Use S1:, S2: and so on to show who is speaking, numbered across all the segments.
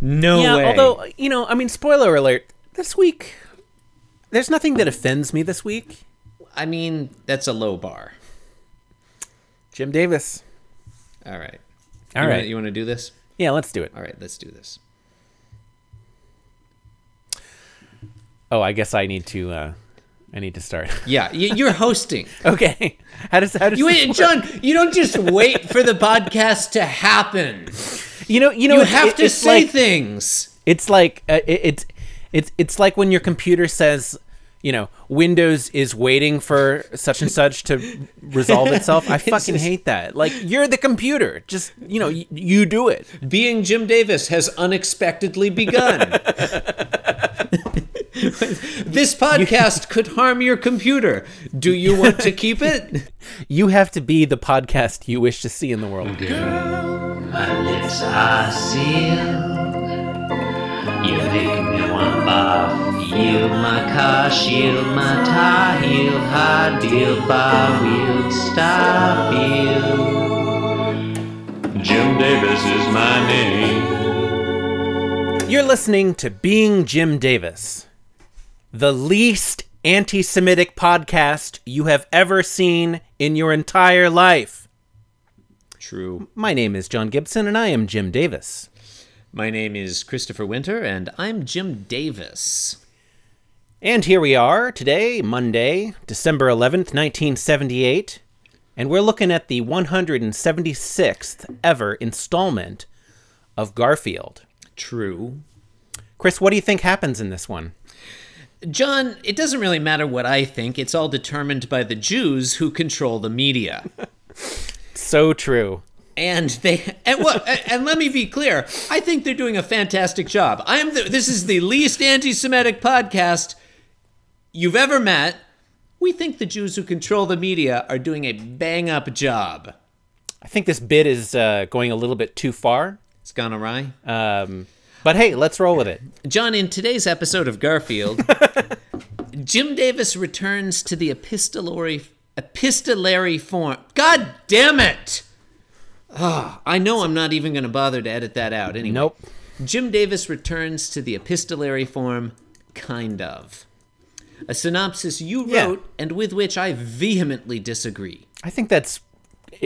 S1: No
S2: yeah,
S1: way.
S2: although you know, I mean, spoiler alert. This week, there's nothing that offends me. This week,
S1: I mean, that's a low bar.
S2: Jim Davis.
S1: All right.
S2: All
S1: you
S2: right.
S1: Wanna, you want to do this?
S2: Yeah, let's do it.
S1: All right, let's do this.
S2: Oh, I guess I need to. uh I need to start.
S1: Yeah, y- you're hosting.
S2: okay. How does how does
S1: You
S2: this
S1: wait,
S2: work?
S1: John. You don't just wait for the podcast to happen.
S2: You know, you know,
S1: You
S2: it's-
S1: have
S2: it-
S1: to
S2: it's
S1: say
S2: like,
S1: things.
S2: It's like uh, it, it's it's it's like when your computer says, you know, Windows is waiting for such and such to resolve itself. I fucking
S1: just-
S2: hate that. Like you're the computer. Just you know, y- you do it.
S1: Being Jim Davis has unexpectedly begun. this podcast could harm your computer. Do you want to keep it?
S2: You have to be the podcast you wish to see in the world.
S3: My lips are sealed. You make me want bar. Yield my car, shield my tie, heel, high deal, bar wheel, stop you. Jim Davis is my name.
S2: You're listening to Being Jim Davis, the least anti Semitic podcast you have ever seen in your entire life.
S1: True.
S2: My name is John Gibson, and I am Jim Davis.
S1: My name is Christopher Winter, and I'm Jim Davis.
S2: And here we are today, Monday, December 11th, 1978, and we're looking at the 176th ever installment of Garfield.
S1: True.
S2: Chris, what do you think happens in this one?
S1: John, it doesn't really matter what I think. It's all determined by the Jews who control the media.
S2: So true.
S1: and they and what and let me be clear i think they're doing a fantastic job i am the, this is the least anti-semitic podcast you've ever met we think the jews who control the media are doing a bang up job
S2: I think this bit is uh, going a little bit too far.
S1: it's gone awry
S2: Um, but hey, let's roll with it.
S1: john in today's episode of garfield jim davis returns to the epistolary epistolary form god damn it Ah, i know i'm not even going to bother to edit that out anyway
S2: Nope.
S1: Jim Davis returns to the epistolary form, kind of. A synopsis you wrote
S2: Yeah.
S1: and with which I vehemently disagree.
S2: I think that's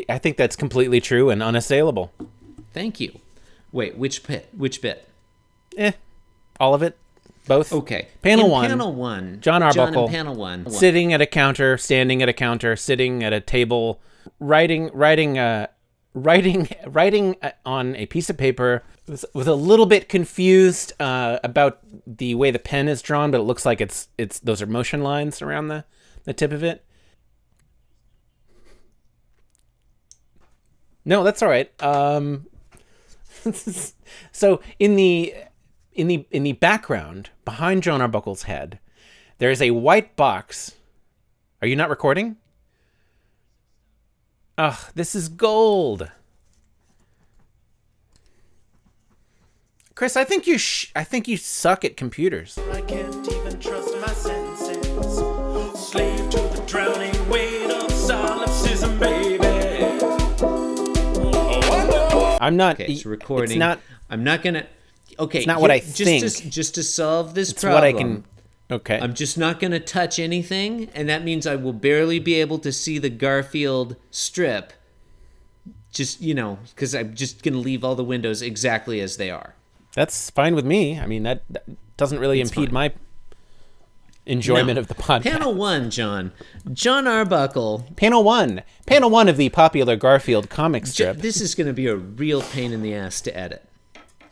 S2: I think that's completely true and unassailable.
S1: Thank you. Wait, which bit? Which bit?
S2: Eh. All of it. Both.
S1: Okay.
S2: Panel
S1: In
S2: one,
S1: Panel one.
S2: John Arbuckle.
S1: in panel one.
S2: Sitting at a counter, standing at a counter, sitting at a table, writing writing uh writing writing uh, on a piece of paper was, was a little bit confused uh, about the way the pen is drawn but it looks like it's it's those are motion lines around the the tip of it No, that's all right. Um, so in the in the in the background behind John Arbuckle's head, there is a white box. Are you not recording? Ugh, this is gold. Chris, I think you sh- I think you suck at computers.
S4: I can't even trust my senses. Slave to the drowning weight of solipsism, baby. Oh, I know
S2: I'm not
S1: Okay, it's
S2: y-
S1: recording.
S2: It's not
S1: I'm not gonna. Okay. It's
S2: not what I
S1: Just to,
S2: think.
S1: just to solve this
S2: it's
S1: problem.
S2: what I can Okay.
S1: I'm just not going to touch anything, and that means I will barely be able to see the Garfield strip. Just, you know, because I'm just going to leave all the windows exactly as they are.
S2: That's fine with me. I mean, that, that doesn't really impede
S1: fine.
S2: my enjoyment
S1: Now,
S2: of the podcast.
S1: Panel one, John. John Arbuckle.
S2: Panel one. Panel one of the popular Garfield comic
S1: J-
S2: strip.
S1: This is going to be a real pain in the ass to edit.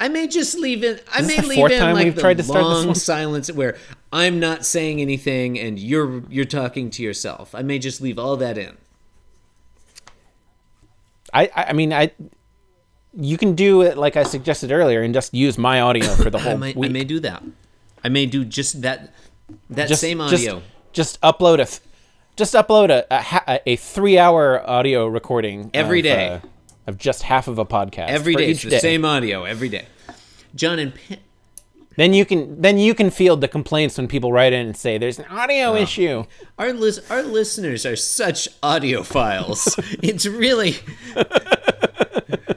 S1: I may just leave in. I may
S2: the
S1: leave
S2: fourth
S1: in
S2: time
S1: like
S2: we've
S1: the
S2: tried to start this
S1: long
S2: one.
S1: silence where I'm not saying anything and you're you're talking to yourself. I may just leave all that in.
S2: I, I, I mean, I. You can do it like I suggested earlier, and just use my audio for the whole
S1: I may, I
S2: week.
S1: may do that. I may do just that that
S2: just,
S1: same
S2: just-
S1: audio.
S2: Just, upload a, th- just upload a a, ha- a- a three-hour audio recording
S1: Every
S2: of,
S1: day.
S2: uh, of just half of a podcast
S1: every
S2: for
S1: day,
S2: Each
S1: it's the
S2: day.
S1: same audio every day. John and Pan-
S2: Then you can then you can field the complaints when people write in and say there's an audio
S1: Ah.
S2: issue.
S1: our lis- our listeners are such audiophiles. it's really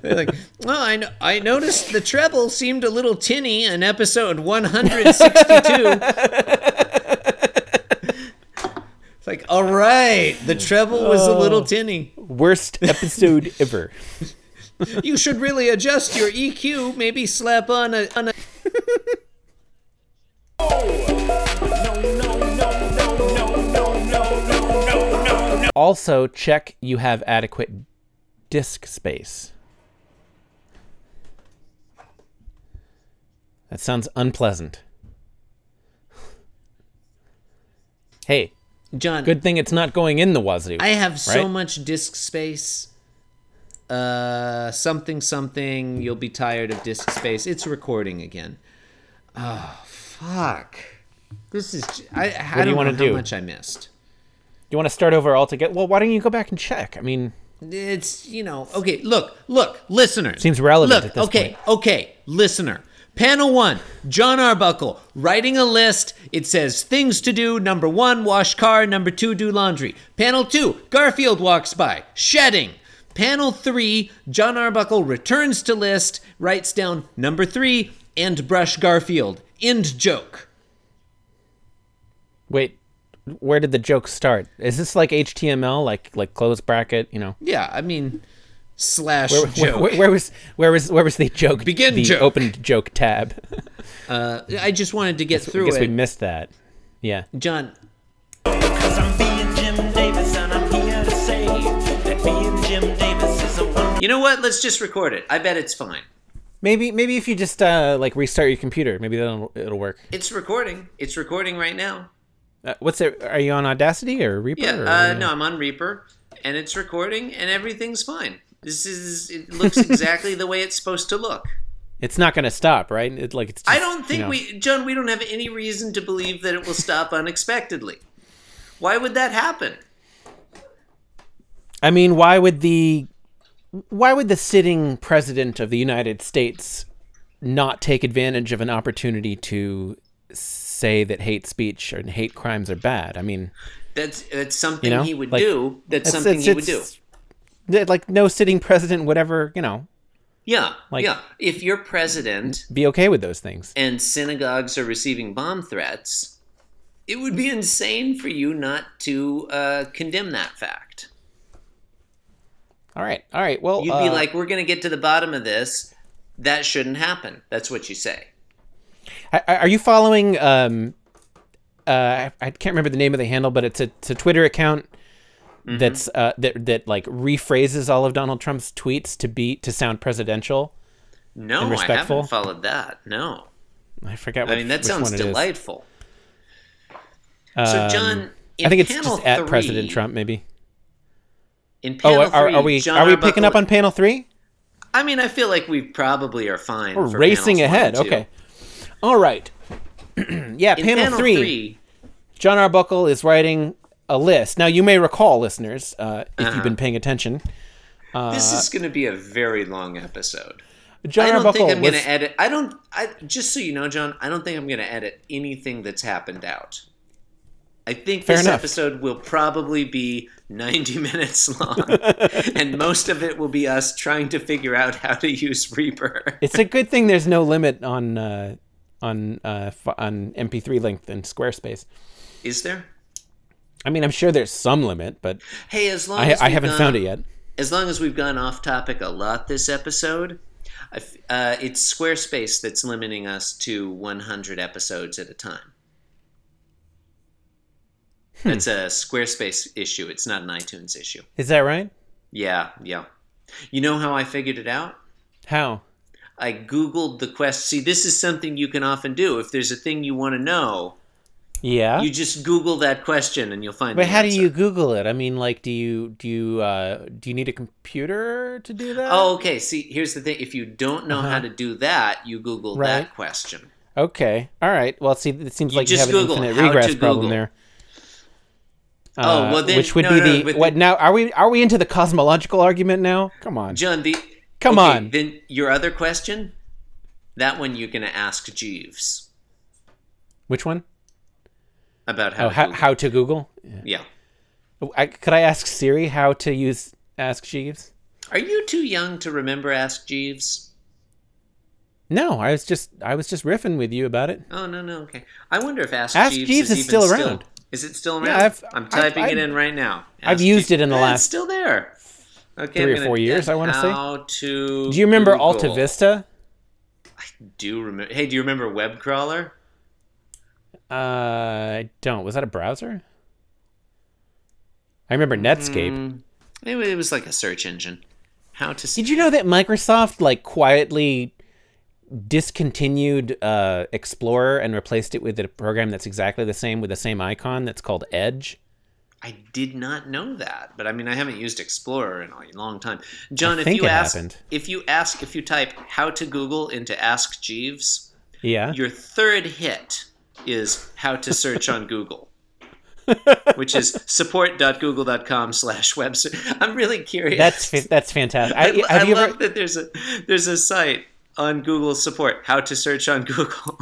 S1: They're like, well, I, no- I noticed the treble seemed a little tinny in episode 162. it's like, all right, the treble was a little tinny.
S2: Worst episode ever.
S1: You should really adjust your EQ, maybe slap on a, on a
S2: Also, check you have adequate disk space. That sounds unpleasant. Hey,
S1: John.
S2: good thing it's not going in the wazoo.
S1: I have so
S2: right?
S1: much disk space. Uh, something, something. You'll be tired of disk space. It's recording again. Oh, fuck. This is. j- I, I
S2: do you
S1: don't
S2: wanna
S1: know
S2: do?
S1: how much I missed.
S2: you want to start over altogether? Well, why don't you go back and check? I mean,
S1: It's you know. Okay, look, look, listeners.
S2: Seems relevant
S1: Look,
S2: at this
S1: okay, okay, listener. Panel one, John Arbuckle writing a list. It says things to do. Number one, wash car. Number two, do laundry. Panel two, Garfield walks by, shedding. Panel three, John Arbuckle returns to list, writes down number three, and brush Garfield. End joke.
S2: wait, where did the joke start? Is this like HTML, like like close bracket? You know,
S1: Yeah, I mean, slash
S2: where, where-
S1: joke.
S2: where- where was where was where was the joke?
S1: Begin
S2: the
S1: joke.
S2: open joke tab.
S1: I just wanted to get
S2: I
S1: through
S2: guess we
S1: it,
S2: missed that. Yeah.
S1: John.
S4: Cause I'm being Jim Davis and I'm here to say that being Jim Davis is a wonderful
S1: You know what? Let's just record it. I bet it's fine.
S2: Maybe maybe if you just uh, like restart your computer, maybe that'll it'll work.
S1: It's recording. It's recording right now.
S2: Uh, what's it? Are you on Audacity or Reaper?
S1: Yeah.
S2: or-
S1: Uh, no, I'm on Reaper, and it's recording, and everything's fine. This is. It looks exactly the way it's supposed to look.
S2: It's not gonna stop, right? It, like it's. Just,
S1: I don't think
S2: you know.
S1: we, John. We don't have any reason to believe that it will stop unexpectedly. Why would that happen?
S2: I mean, why would the, why would the sitting president of the United States, not take advantage of an opportunity to say that hate speech or hate crimes are bad? I mean,
S1: That's that's something
S2: You know,
S1: he would
S2: like,
S1: do. That's
S2: it's-
S1: something
S2: it's-
S1: he would do.
S2: it's- that, Like no sitting president would ever, you know,
S1: Yeah.
S2: like-
S1: yeah. If you're president
S2: be okay with those things.
S1: and synagogues are receiving bomb threats, it would be insane for you not to uh, condemn that fact.
S2: All right, all right. Well,
S1: You'd be
S2: uh,
S1: like, we're going to get to the bottom of this. That shouldn't happen. That's what you say.
S2: I- I- Are you following? Um, uh, I- I can't remember the name of the handle, but it's a, it's a Twitter account
S1: Mm-hmm.
S2: that's uh, that that like rephrases all of Donald Trump's tweets to be to sound presidential.
S1: No,
S2: And
S1: I
S2: respectful?
S1: haven't followed that. No.
S2: I forgot. What,
S1: I mean, that
S2: which
S1: sounds
S2: one it is. Um,
S1: delightful. So, John, in
S2: I think it's
S1: panel
S2: just at
S1: three-
S2: President Trump, maybe.
S1: In
S2: Oh,
S1: panel
S2: are,
S1: three,
S2: are we
S1: John
S2: are we
S1: Arbuckle-
S2: picking up on panel three?
S1: I mean, I feel like we probably are fine.
S2: We're
S1: for panels
S2: racing
S1: one
S2: ahead.
S1: and two.
S2: Okay. All right. yeah,
S1: In
S2: panel, three, John Arbuckle is writing a list. Now, you may recall, listeners, uh, if
S1: Uh-huh.
S2: you've been paying attention, Uh,
S1: this is going to be a very long episode. I
S2: John
S1: don't
S2: Arbuckle
S1: think I'm
S2: was
S1: going to edit. I don't. I just so you know, John. I don't think I'm going to edit anything that's happened out. I think
S2: Fair
S1: this
S2: enough.
S1: episode will probably be 90 minutes long, and most of it will be us trying to figure out how to use Reaper.
S2: It's a good thing there's no limit on uh, on uh, f- on MP3 length in Squarespace.
S1: Is there?
S2: I mean, I'm sure there's some limit, but
S1: Hey, as long
S2: I,
S1: as
S2: I
S1: we've
S2: haven't
S1: gone-
S2: found it yet.
S1: As long as we've gone off topic a lot this episode, I f- uh, it's Squarespace that's limiting us to 100 episodes at a time.
S2: Hmm.
S1: That's a Squarespace issue. It's not an iTunes issue.
S2: Is that right?
S1: Yeah, yeah. You know how I figured it out?
S2: How?
S1: I Googled the quest. See, this is something you can often do. If there's a thing you want to know,
S2: Yeah.
S1: you just Google that question and you'll find
S2: but
S1: the
S2: how do
S1: answer.
S2: you Google it? I mean, like, do you do you uh, do you need a computer to do that?
S1: Oh, okay. See, here's the thing. If you don't know how to do that, you Google
S2: Uh-huh. Right.
S1: that question.
S2: Okay. All right. Well, see, it seems like you
S1: just
S2: have
S1: Google
S2: an
S1: how
S2: infinite
S1: to
S2: regress problem
S1: Google.
S2: there. Uh,
S1: Oh, well, then-
S2: which would
S1: no,
S2: be
S1: no,
S2: the
S1: but
S2: what
S1: then-
S2: now? Are we are we into the cosmological argument now? Come on.
S1: John, the
S2: Come
S1: okay,
S2: on.
S1: Then your other question, that one you're gonna ask Jeeves
S2: Which one?
S1: about how.
S2: Oh,
S1: to
S2: how,
S1: Google.
S2: how to Google?
S1: yeah.
S2: I, could I ask Siri how to use Ask Jeeves?
S1: Are you too young to remember Ask Jeeves?
S2: No, I was just I was just riffing with you about it.
S1: Oh no no okay. I wonder if Ask,
S2: Ask
S1: Jeeves,
S2: Jeeves
S1: is,
S2: is
S1: even
S2: still around.
S1: Is it still around?
S2: Yeah, I've-
S1: I'm
S2: I've-
S1: typing
S2: I've-
S1: it in right now.
S2: I've
S1: Ask
S2: used it in the
S1: Yeah,
S2: last-
S1: It's still there. Okay,
S2: three or
S1: I'm gonna
S2: four years,
S1: get
S2: I wanna say.
S1: How to?
S2: Do you remember
S1: Google.
S2: Alta Vista?
S1: Do remember? Hey, do you remember WebCrawler?
S2: Uh, I don't. Was that a browser? I
S1: Hmm.
S2: remember Netscape.
S1: It wa- it was like a search engine. How to?
S2: Did you know that Microsoft like quietly discontinued uh, Explorer and replaced it with a program that's exactly the same with the same icon that's called Edge?
S1: I did not know that, but I mean, I haven't used Explorer in a long time. John, if
S2: think
S1: you
S2: it
S1: ask,
S2: happened.
S1: if you ask, if you type "how to Google" into Ask Jeeves,
S2: Yeah.
S1: your third hit is "how to search on Google." which is support.google.com slash web ser- i'm really curious
S2: That's fa- that's fantastic. I,
S1: I,
S2: have
S1: I
S2: you
S1: love
S2: ever
S1: that there's a there's a site on Google support how to search on Google.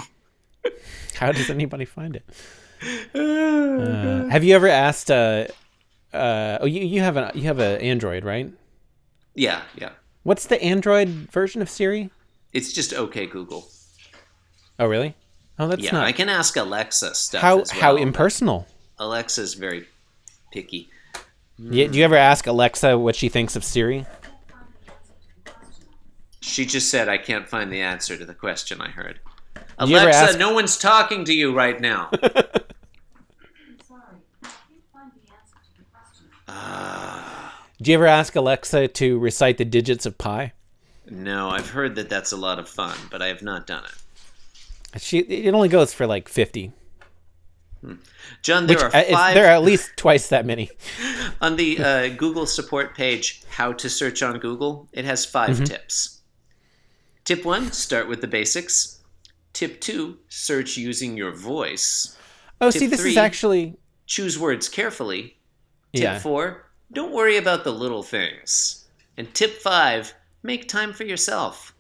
S2: How does anybody find it? Uh, have you ever asked? Uh, uh, oh, you you have an you have an Android, right?
S1: yeah, yeah.
S2: What's the Android version of Siri?
S1: It's just okay Google.
S2: Oh, really? Oh, that's
S1: Yeah,
S2: not
S1: I can ask Alexa stuff.
S2: how
S1: as
S2: how
S1: well.
S2: impersonal.
S1: Alexa's very picky. Mm.
S2: Yeah, do you ever ask Alexa what she thinks of Siri?
S1: She just said I can't find the answer to the question I heard.
S2: you ever
S1: Alexa,
S2: ask-
S1: no one's talking to you right now.
S5: I'm sorry. I can't find the answer to your question.
S2: Do you ever ask Alexa to recite the digits of pi?
S1: no, I've heard that that's a lot of fun, but I have not done it.
S2: She it only goes for like fifty.
S1: John, there
S2: Which,
S1: are
S2: uh, it's-
S1: five
S2: there are at least twice that many.
S1: on the uh, Google support page, how to search on Google, it has 5
S2: Mm-hmm.
S1: tips. Tip one, start with the basics. Tip two, search using your voice.
S2: Oh,
S1: Tip
S2: see, this
S1: three.
S2: is actually
S1: Choose words carefully. Tip
S2: yeah.
S1: four, don't worry about the little things. And tip five, make time for yourself.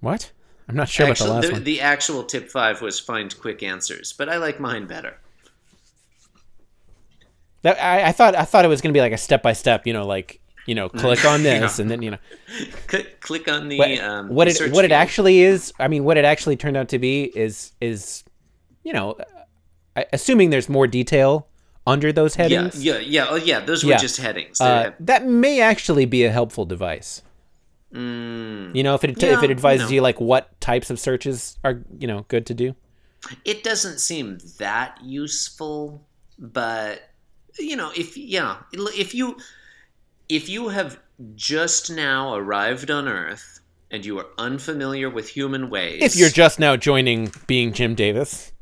S2: What? I'm not sure about the
S1: Actually,
S2: last
S1: the,
S2: one.
S1: the actual tip five was find quick answers, but I like mine better.
S2: That, I, I thought I thought it was gonna be like a step by step, you know, like you know, click on this and then you know.
S1: Cl- click on Mm. the
S2: But
S1: um,
S2: what it
S1: search
S2: what it
S1: field.
S2: actually is, I mean, what it actually turned out to be is is, you know, I- assuming there's more detail under those
S1: yeah
S2: headings.
S1: yeah yeah oh yeah those were
S2: Yeah.
S1: just headings.
S2: uh,
S1: They-
S2: that may actually be a helpful device. You know, if it if
S1: Yeah,
S2: it advises
S1: Mm. no.
S2: you like what types of searches are you know good to do.
S1: it doesn't seem that useful but you know if yeah if you if you have just now arrived on earth and you are unfamiliar with human ways
S2: If you're just now joining being Jim Davis,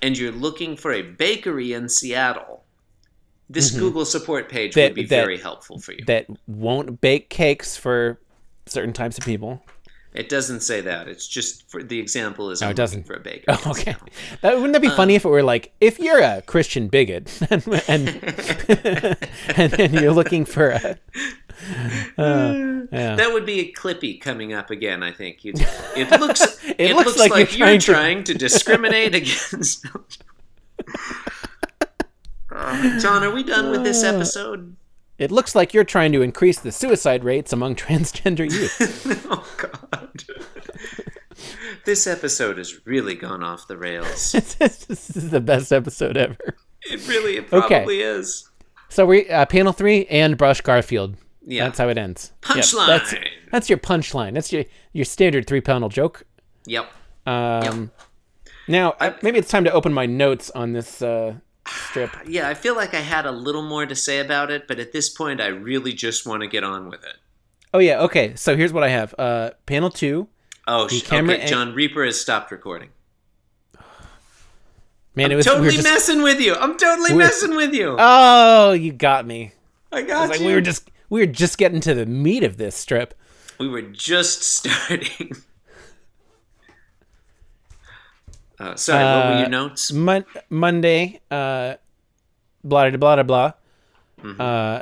S1: and you're looking for a bakery in Seattle this Google support page
S2: Mm-hmm. That-
S1: would be
S2: that-
S1: very helpful for you
S2: that won't bake cakes for certain types of people.
S1: it doesn't say that it's just for the example is no,
S2: it doesn't.
S1: for a bakery
S2: Oh,
S1: in
S2: okay,
S1: Seattle.
S2: that, wouldn't that be funny if it were like if you're a Christian bigot and and, and then you're looking for a
S1: That would be a clippy coming up again, I think. You'd, it looks it, looks, like, you're, trying, to... discriminate against Uh, John, are we done with
S2: Uh.
S1: this episode?
S2: It looks like you're trying to increase the suicide rates among transgender youth.
S1: Oh god. this episode has really gone off the rails.
S2: this is the best episode ever.
S1: It really it
S2: Okay.
S1: probably is.
S2: So we uh, panel three and Brush Garfield.
S1: Yeah.
S2: That's how it ends. Yep,
S1: Punchline.
S2: that's, that's your punchline. That's your your standard three panel joke.
S1: Yep.
S2: Um, Now I, maybe it's time to open my notes on this uh, strip.
S1: Yeah, I feel like I had a little more to say about it, but at this point I really just want to get on with it.
S2: Oh yeah. Okay. So here's what I have. Uh, panel two.
S1: Oh, sh-
S2: camera
S1: okay.
S2: ang-
S1: John Reaper has stopped recording.
S2: Man, it was we were
S1: totally
S2: just-
S1: messing with you. I'm totally
S2: We're-
S1: messing with you.
S2: Oh, you got me.
S1: I got
S2: It's like
S1: you.
S2: we were just we were just getting to the meat of this strip.
S1: We were just starting. Uh, sorry, what were
S2: Uh,
S1: your notes?
S2: Mon- Monday, uh, blah da blah da blah.
S1: Mm-hmm.
S2: Uh,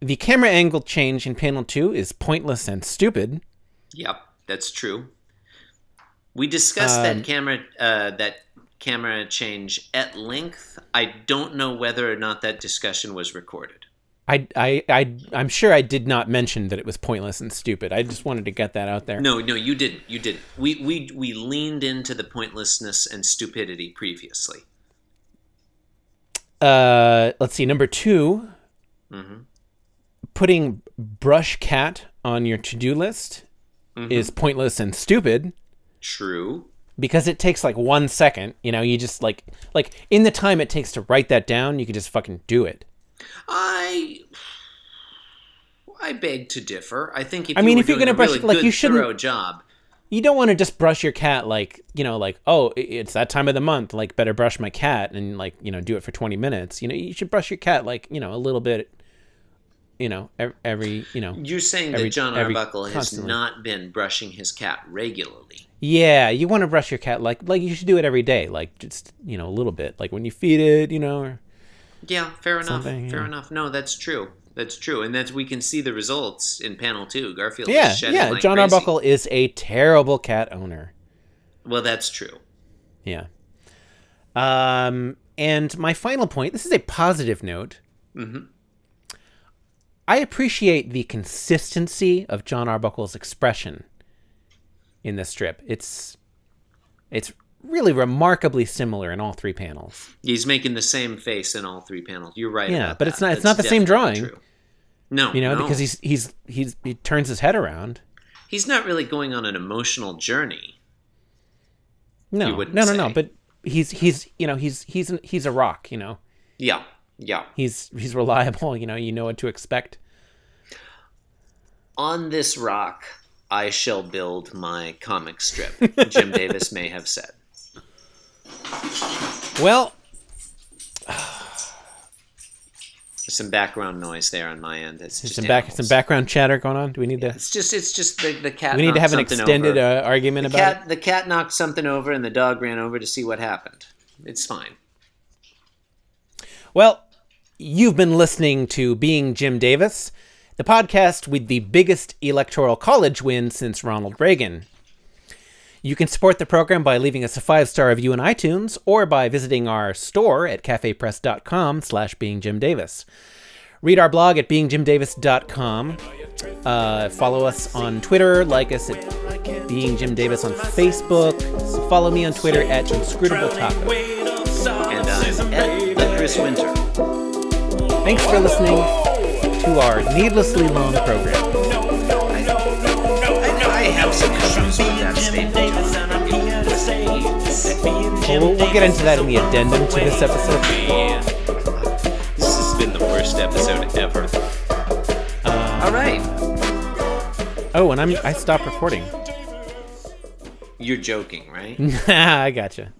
S2: the camera angle change in panel two is pointless and stupid.
S1: Yep, that's true. We discussed
S2: Um,
S1: that camera uh, that camera change at length. I don't know whether or not that discussion was recorded.
S2: I, I, I, I'm sure I did not mention that it was pointless and stupid. I just wanted to get that out there.
S1: No, no, you didn't. You didn't. We we we leaned into the pointlessness and stupidity previously.
S2: Uh, let's see. Number 2
S1: Mm-hmm.
S2: putting brush cat on your to do list
S1: Mm-hmm.
S2: is pointless and stupid
S1: True.
S2: because it takes like one second. You know, you just like like in the time it takes to write that down, you could just fucking do it.
S1: I I beg to differ. I think if
S2: I
S1: you
S2: mean,
S1: were
S2: if you're
S1: doing
S2: gonna
S1: a
S2: brush-
S1: really
S2: like,
S1: good,
S2: you shouldn't-
S1: thorough job,
S2: You don't want to just brush your cat like you know, like oh, i- it's that time of the month. Like better brush my cat and like you know do it for twenty minutes. You know, you should brush your cat like you know a little bit. You know, ev- every you know
S1: you're saying that
S2: Every-
S1: John
S2: every-
S1: Arbuckle has
S2: constantly.
S1: not been brushing his cat regularly.
S2: Yeah, you want to brush your cat like like you should do it every day, like just you know a little bit, like when you feed it, you know. Or,
S1: Yeah, fair enough.
S2: Something,
S1: Fair
S2: yeah.
S1: enough. No, that's true. That's true, and that's we can see the results in panel two. Garfield. is
S2: yeah,
S1: shedding
S2: yeah.
S1: like
S2: John
S1: crazy.
S2: Arbuckle is a terrible cat owner.
S1: Well, that's true.
S2: Yeah. Um, and my final point. This is a positive note. Mm-hmm. I appreciate the consistency of John Arbuckle's expression in this strip. It's it's really remarkably similar in all three panels.
S1: He's making the same face in all three panels. You're right.
S2: Yeah,
S1: about
S2: but it's
S1: that.
S2: not- it's
S1: That's
S2: not the same
S1: definitely
S2: drawing.
S1: True. No,
S2: You know,
S1: no.
S2: because he's he's he's he turns his head around.
S1: he's not really going on an emotional journey.
S2: No,
S1: you wouldn't
S2: no, no,
S1: say.
S2: no. But he's he's you know he's he's an- he's a rock. You know
S1: Yeah, yeah.
S2: he's he's reliable. You know you know what to expect.
S1: On this rock, I shall build my comic strip. Jim Davis may have said.
S2: Well,
S1: There's some background noise there on my end. It's just
S2: some back
S1: animals.
S2: some background chatter going on. Do we need to
S1: It's just it's just the, the cat.
S2: we need to
S1: knocked
S2: have an
S1: something
S2: extended
S1: over.
S2: uh, argument about
S1: cat. The cat knocked something over, and the dog ran over to see what happened. It's fine.
S2: it? Well, you've been listening to Being Jim Davis, the podcast with the biggest electoral college win since Ronald Reagan. You can support the program by leaving us a five-star review on iTunes or by visiting our store at cafepress.com slash being Jim Davis. Read our blog at beingjimdavis.com. Uh, follow us on Twitter, like us at Being Jim Davis on Facebook. Follow me on Twitter at Inscrutable Taco.
S1: And I'm Ed the Chris Winter.
S2: Thanks for listening to our needlessly long program.
S1: I, I have some issues with that statement. John.
S2: Well, we'll, we'll get into that in the addendum to this episode.
S1: Man, this has been the worst episode ever. All right,
S2: Oh, and I'm I stopped recording.
S1: you're joking, right?
S2: I gotcha.